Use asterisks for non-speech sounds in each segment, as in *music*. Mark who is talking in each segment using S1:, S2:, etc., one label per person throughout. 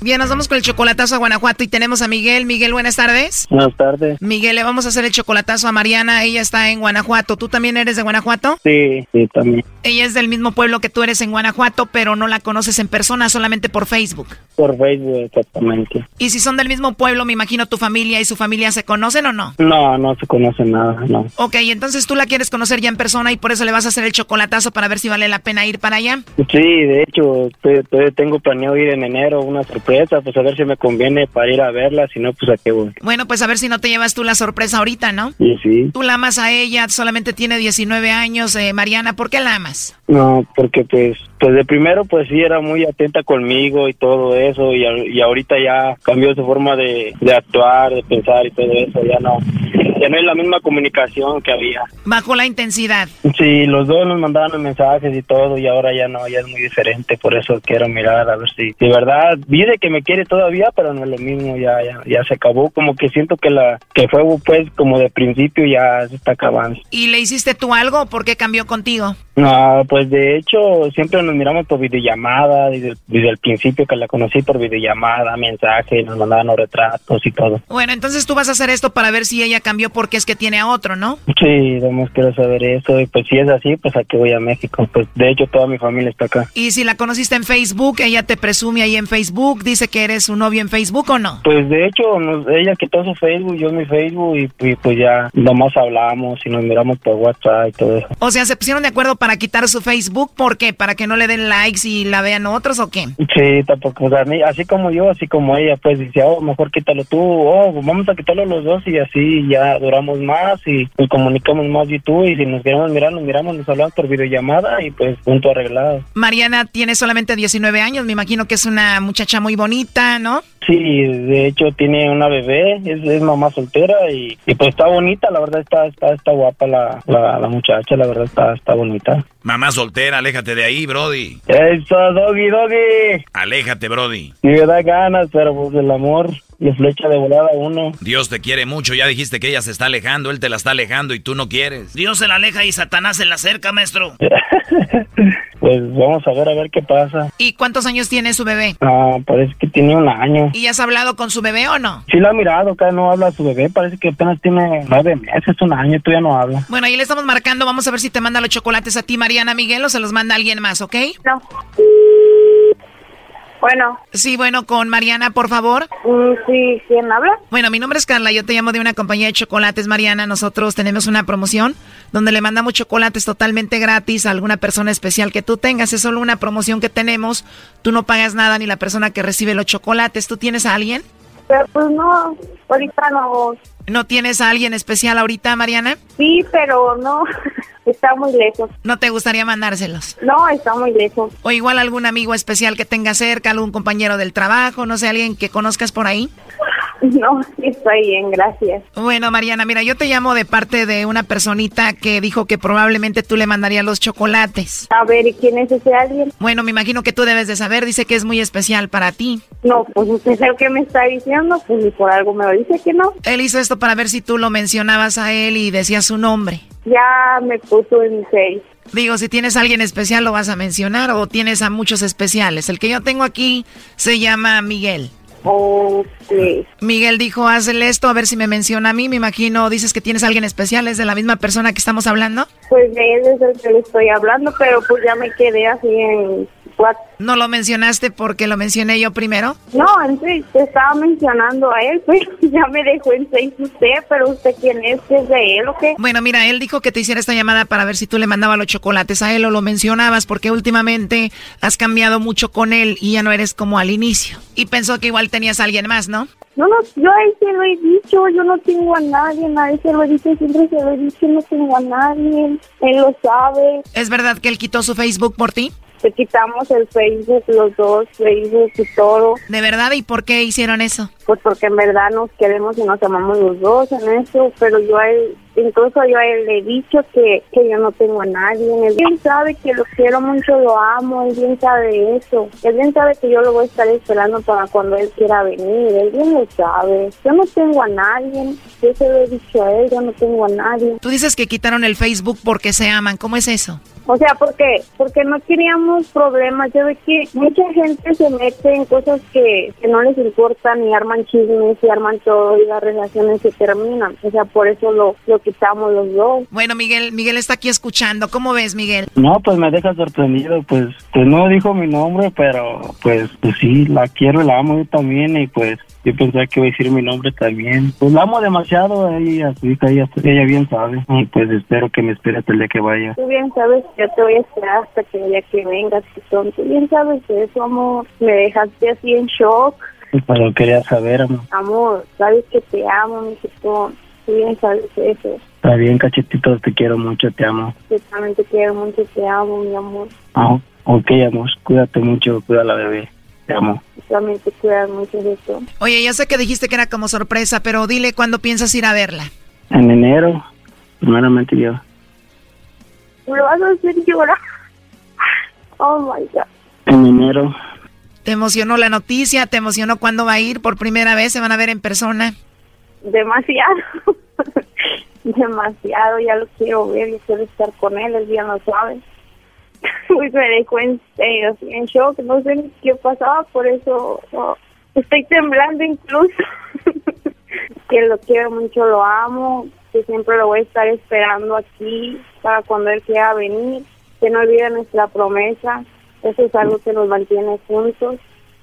S1: Bien, nos vamos con el chocolatazo a Guanajuato y tenemos a Miguel. Miguel, buenas tardes.
S2: Buenas tardes.
S1: Miguel, le vamos a hacer el chocolatazo a Mariana. Ella está en Guanajuato. ¿Tú también eres de Guanajuato?
S2: Sí, sí, también.
S1: Ella es del mismo pueblo que tú eres en Guanajuato, pero no la conoces en persona, solamente por Facebook.
S2: Por Facebook, exactamente.
S1: Y si son del mismo pueblo, me imagino tu familia y su familia se conocen o no.
S2: No, no se conoce nada, no.
S1: Ok, entonces tú la quieres conocer ya en persona y por eso le vas a hacer el chocolatazo para ver si vale la pena ir para allá.
S2: Sí, de hecho, estoy- estoy- tengo planeado ir en enero, una sorpresa, pues a ver si me conviene para ir a verla, si no, pues a qué voy.
S1: Bueno, pues a ver si no te llevas tú la sorpresa ahorita, ¿no?
S2: Y sí,
S1: Tú la amas a ella, solamente tiene 19 años. eh, Mariana, ¿por qué la amas?
S2: no, porque pues, pues de primero pues sí era muy atenta conmigo y todo eso, y, a- y ahorita ya cambió su forma de, de actuar, de pensar y todo eso, ya no, ya no es la misma comunicación que había.
S1: Bajo la intensidad.
S2: Sí, los dos nos mandaban mensajes y todo, y ahora ya no, ya es muy diferente. Por eso quiero mirar a ver si de verdad vi de que me quiere todavía, pero no es lo mismo, ya, ya, ya se acabó. Como que siento que la que fue pues como de principio ya se está acabando.
S1: ¿Y le hiciste tú algo o por qué cambió contigo?
S2: No, pues de hecho siempre nos miramos por videollamada desde, el- desde el principio que la conocí por videollamada, mensajes, nos mandaban los retratos y todo.
S1: Bueno, entonces tú vas a hacer esto para ver si ella cambió porque es que tiene a otro, ¿no?
S2: Sí, vamos, quiero saber eso. Y pues si es así, pues aquí voy a México. Pues de hecho toda mi familia está acá.
S1: Y si la conociste en Facebook, ella te presume ahí en Facebook, dice que eres su novio en Facebook o no.
S2: Pues de hecho, nos- ella quitó su Facebook, yo mi Facebook, y, y pues ya nomás hablamos y nos miramos por WhatsApp y todo eso.
S1: O sea, se pusieron de acuerdo para quitar su Facebook, ¿por qué? ¿Para que no le den likes y la vean otros o qué?
S2: Sí, tampoco, o sea, ni- así como yo, así como ella, pues dice, oh, mejor quítalo tú, oh, pues, vamos a quitarlo los dos y así ya duramos más y, y comunicamos más y tú, y si nos queremos mirar, nos miramos, nos hablamos por videollamada y pues punto arreglado.
S1: Mariana tiene solamente 19 años, me imagino que es una muchacha muy bonita, ¿no?
S2: Sí, de hecho tiene una bebé, es, es mamá soltera y, y, pues está bonita, la verdad está está, está guapa la, la, la muchacha, la verdad está, está bonita.
S3: Mamá soltera, aléjate de ahí, Brody.
S2: Eso, doggy, doggy.
S3: Aléjate, Brody.
S2: Si me da ganas, pero pues el amor le flecha de volada a uno.
S3: Dios te quiere mucho, ya dijiste que ella se está alejando, él te la está alejando y tú no quieres.
S4: Dios se la aleja y Satanás se la acerca, maestro.
S2: Pues vamos a ver, a ver qué pasa.
S1: ¿Y cuántos años tiene su bebé?
S2: Ah, parece que tiene un año.
S1: ¿Y has hablado con su bebé o no?
S2: Sí la ha mirado, acá no habla su bebé, parece que apenas tiene nueve meses, un año, todavía no habla.
S1: Bueno, ahí le estamos marcando, vamos a ver si te manda los chocolates a ti, Mariana Miguel, o se los manda alguien más, ¿ok?
S5: No. Bueno,
S1: Sí, bueno, con Mariana, por favor.
S5: mm, sí, ¿quién habla?
S1: Bueno, mi nombre es Carla, yo te llamo de una compañía de chocolates, Mariana. Nosotros tenemos una promoción donde le mandamos chocolates totalmente gratis a alguna persona especial que tú tengas. Es solo una promoción que tenemos. Tú no pagas nada ni la persona que recibe los chocolates. ¿Tú tienes a alguien?
S5: Pero pues no, ahorita no.
S1: ¿No tienes a alguien especial ahorita, Mariana?
S5: Sí, pero no, *laughs* está muy lejos.
S1: ¿No te gustaría mandárselos?
S5: No, está muy lejos. *laughs*
S1: O igual algún amigo especial que tengas cerca, algún compañero del trabajo, no sé, alguien que conozcas por ahí.
S5: No, sí, estoy bien, gracias.
S1: Bueno, Mariana, mira, yo te llamo de parte de una personita que dijo que probablemente tú le mandarías los chocolates.
S5: A ver, ¿y quién es ese alguien?
S1: Bueno, me imagino que tú debes de saber, dice que es muy especial para ti.
S5: No, pues usted sabe qué me está diciendo, pues si por algo me lo dice que no.
S1: Él hizo esto para ver si tú lo mencionabas a él y decías su nombre.
S5: Ya me puso en seis.
S1: Digo, si tienes a alguien especial lo vas a mencionar o tienes a muchos especiales. El que yo tengo aquí se llama Miguel.
S5: Ok.
S1: Miguel dijo, hazle esto a ver si me menciona a mí. Me imagino, dices que tienes a alguien especial, es de la misma persona que estamos hablando.
S5: Pues de él es el que le estoy hablando, pero pues ya me quedé así en WhatsApp.
S1: No lo mencionaste porque lo mencioné yo primero.
S5: No, en sí, te estaba mencionando a él, *laughs* pero ya me dejó en seis usted, pero usted quién es, ¿Qué es de él o qué?
S1: Bueno, mira, él dijo que te hiciera esta llamada para ver si tú le mandabas los chocolates a él o lo mencionabas porque últimamente has cambiado mucho con él y ya no eres como al inicio. Y pensó que igual tenías a alguien más, ¿no?
S5: No, no, yo a él se lo he dicho, yo no tengo a nadie, a él se lo he dicho, siempre se lo he dicho, no tengo a nadie, él lo sabe.
S1: ¿Es verdad que él quitó su Facebook por ti?
S5: Le quitamos el Facebook, los dos, Facebook y todo,
S1: ¿De verdad? ¿Y por qué hicieron eso?
S5: pues porque en verdad nos queremos y nos amamos los dos en eso, pero yo a él, incluso yo a él le he dicho que, que yo no tengo a nadie. Él bien sabe que lo quiero mucho, lo amo, él bien sabe eso. Él bien sabe que yo lo voy a estar esperando para cuando él quiera venir, él bien lo sabe. Yo no tengo a nadie, yo se lo he dicho a él, yo no tengo a nadie.
S1: Tú dices que quitaron el Facebook porque se aman. ¿Cómo es eso?
S5: O sea, porque porque no queríamos problemas. Yo ve que mucha gente se mete en cosas que, que no les importan y arman chismes y arman todo y las relaciones se terminan. O sea, por eso lo, lo quitamos los dos.
S1: Bueno, Miguel, Miguel está aquí escuchando. ¿Cómo ves, Miguel?
S2: No, pues me deja sorprendido, pues, pues no dijo mi nombre, pero pues, pues sí, la quiero, y la amo yo también y pues yo pensaba que iba a decir mi nombre también. Pues la amo demasiado, ella, su hija, ella, ella bien sabe y pues espero que me espere hasta el día que vaya.
S5: Tú bien sabes que yo te voy a esperar hasta que el día que vengas, pistón. Tú bien sabes de eso, amor. Me dejaste así en shock.
S2: Pero pues, quería saber, amor.
S5: Amor, sabes que te amo, mi pistón. Tú bien sabes de eso.
S2: Está bien, cachetito, te quiero mucho, te amo.
S5: Yo también te quiero mucho, te amo, mi amor.
S2: Ah, ok, amor, cuídate mucho, cuida a la bebé, te amo.
S5: Yo también te quiero mucho, pistón.
S1: Oye, yo sé que dijiste que era como sorpresa, pero dile cuándo piensas ir a verla.
S2: En enero, primeramente yo.
S5: Me vas a hacer llorar. Oh my God.
S2: En enero,
S1: ¿Te emocionó la noticia? ¿Te emocionó cuándo va a ir por primera vez? ¿Se van a ver en persona?
S5: Demasiado. *laughs* Demasiado. Ya lo quiero ver. Yo quiero estar con él. Él ya no sabe. *laughs* Pues me dejó en, eh, así en shock. No sé ni qué pasaba. Por eso oh, estoy temblando incluso. *laughs* que lo quiero mucho. Lo amo. Que siempre lo voy a estar esperando aquí para cuando él quiera venir. Que no olvide nuestra promesa. Eso es algo que nos mantiene juntos.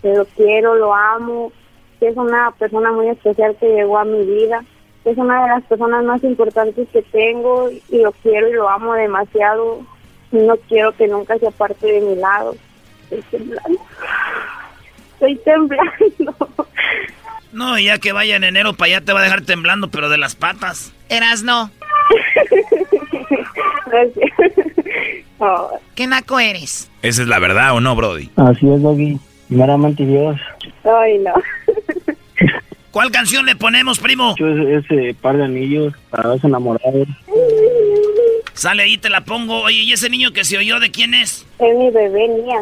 S5: Que lo quiero, lo amo, que es una persona muy especial que llegó a mi vida, que es una de las personas más importantes que tengo y lo quiero y lo amo demasiado. No quiero que nunca se aparte de mi lado. Estoy temblando. Estoy temblando. *laughs*
S4: No, ya que vaya en enero para allá te va a dejar temblando, pero de las patas.
S1: Eras no.
S5: Gracias. *laughs* Oh,
S1: ¿Qué naco eres?
S3: Esa es la verdad o no, Brody.
S2: así es, Doggy, primeramente Dios.
S5: ay, no.
S4: ¿Cuál canción le ponemos, primo?
S2: Yo ese, ese par de anillos para dos enamorados.
S4: Sale ahí, te la pongo. Oye, ¿y ese niño que se oyó de quién es?
S5: Es mi bebé, mía.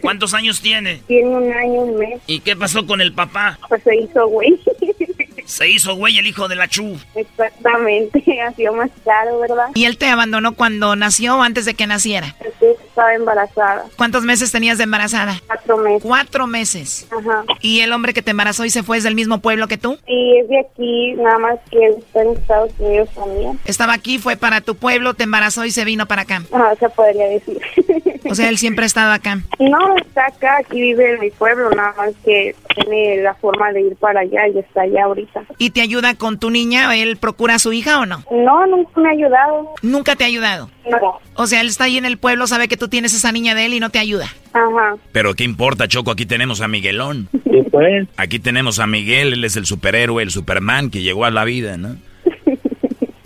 S4: ¿Cuántos años tiene?
S5: Tiene un año, un mes,
S4: ¿Y qué pasó con el papá?
S5: pues se hizo güey. *laughs*
S4: Se hizo güey el hijo de la Chu.
S5: Exactamente, ha sido más caro, ¿verdad?
S1: ¿Y él te abandonó cuando nació o antes de que naciera?
S5: Porque estaba embarazada,
S1: ¿Cuántos meses tenías de embarazada?
S5: cuatro meses.
S1: Cuatro meses.
S5: Ajá.
S1: ¿Y el hombre que te embarazó y se fue es del mismo pueblo que tú?
S5: Y es de aquí, nada más que él está en Estados Unidos también.
S1: Estaba aquí, fue para tu pueblo, te embarazó y se vino para acá.
S5: Ah, se podría decir. *laughs*
S1: O sea, él siempre ha estado acá.
S5: no, está acá, aquí vive en mi pueblo, nada más que tiene la forma de ir para allá y está allá ahorita.
S1: ¿Y te ayuda con tu niña? ¿Él procura a su hija o no?
S5: No, nunca me ha ayudado.
S1: Nunca te ha ayudado.
S5: No.
S1: O sea, él está ahí en el pueblo, sabe que tú tienes esa niña de él y no te ayuda.
S5: Ajá.
S3: Pero qué importa, Choco, aquí tenemos a Miguelón.
S2: Después,
S3: Aquí tenemos a Miguel, él es el superhéroe, el Superman que llegó a la vida, ¿no?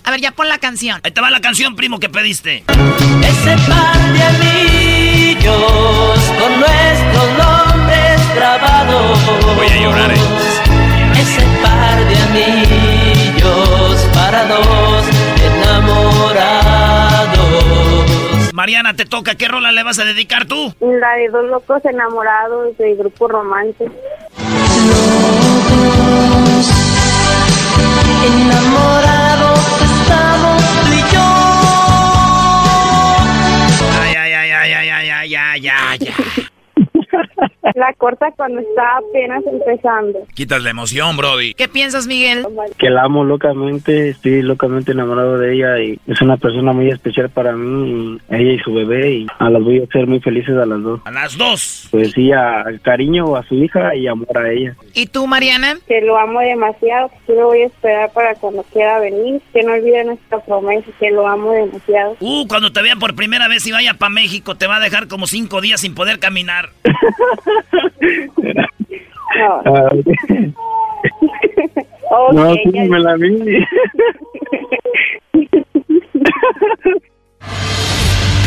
S1: A ver, ya pon la canción.
S4: Ahí te va la canción, primo, que pediste.
S6: Ese par de anillos con nuestros nombres grabados.
S3: Voy a llorar, eh.
S6: Ese par de anillos para dos enamorados.
S4: Mariana, te toca. ¿Qué rola le vas a dedicar tú?
S5: La de dos locos enamorados del grupo romance.
S6: Enamorados estamos tú y yo.
S4: Ay, ay, ay, ay, ay, ay, ay, ay, ay, ay.
S5: La corta cuando está apenas empezando.
S3: Quitas la emoción, Brody.
S1: ¿Qué piensas, Miguel?
S2: que la amo locamente, estoy locamente enamorado de ella y es una persona muy especial para mí, y ella y su bebé, y a las voy a hacer muy felices a las dos.
S4: A las dos.
S2: Pues sí, a, a cariño a su hija y amor a ella.
S1: ¿Y tú, Mariana?
S5: Que lo amo demasiado, que yo lo voy a esperar para cuando quiera venir. Que no olvide nuestra promesa, que lo amo demasiado.
S4: Uh, cuando te vean por primera vez y vaya para México, te va a dejar como cinco días sin poder caminar.
S2: Ah,
S5: No.
S2: *laughs*
S5: Ok,
S2: no, sí,
S5: ya-
S2: me la vi.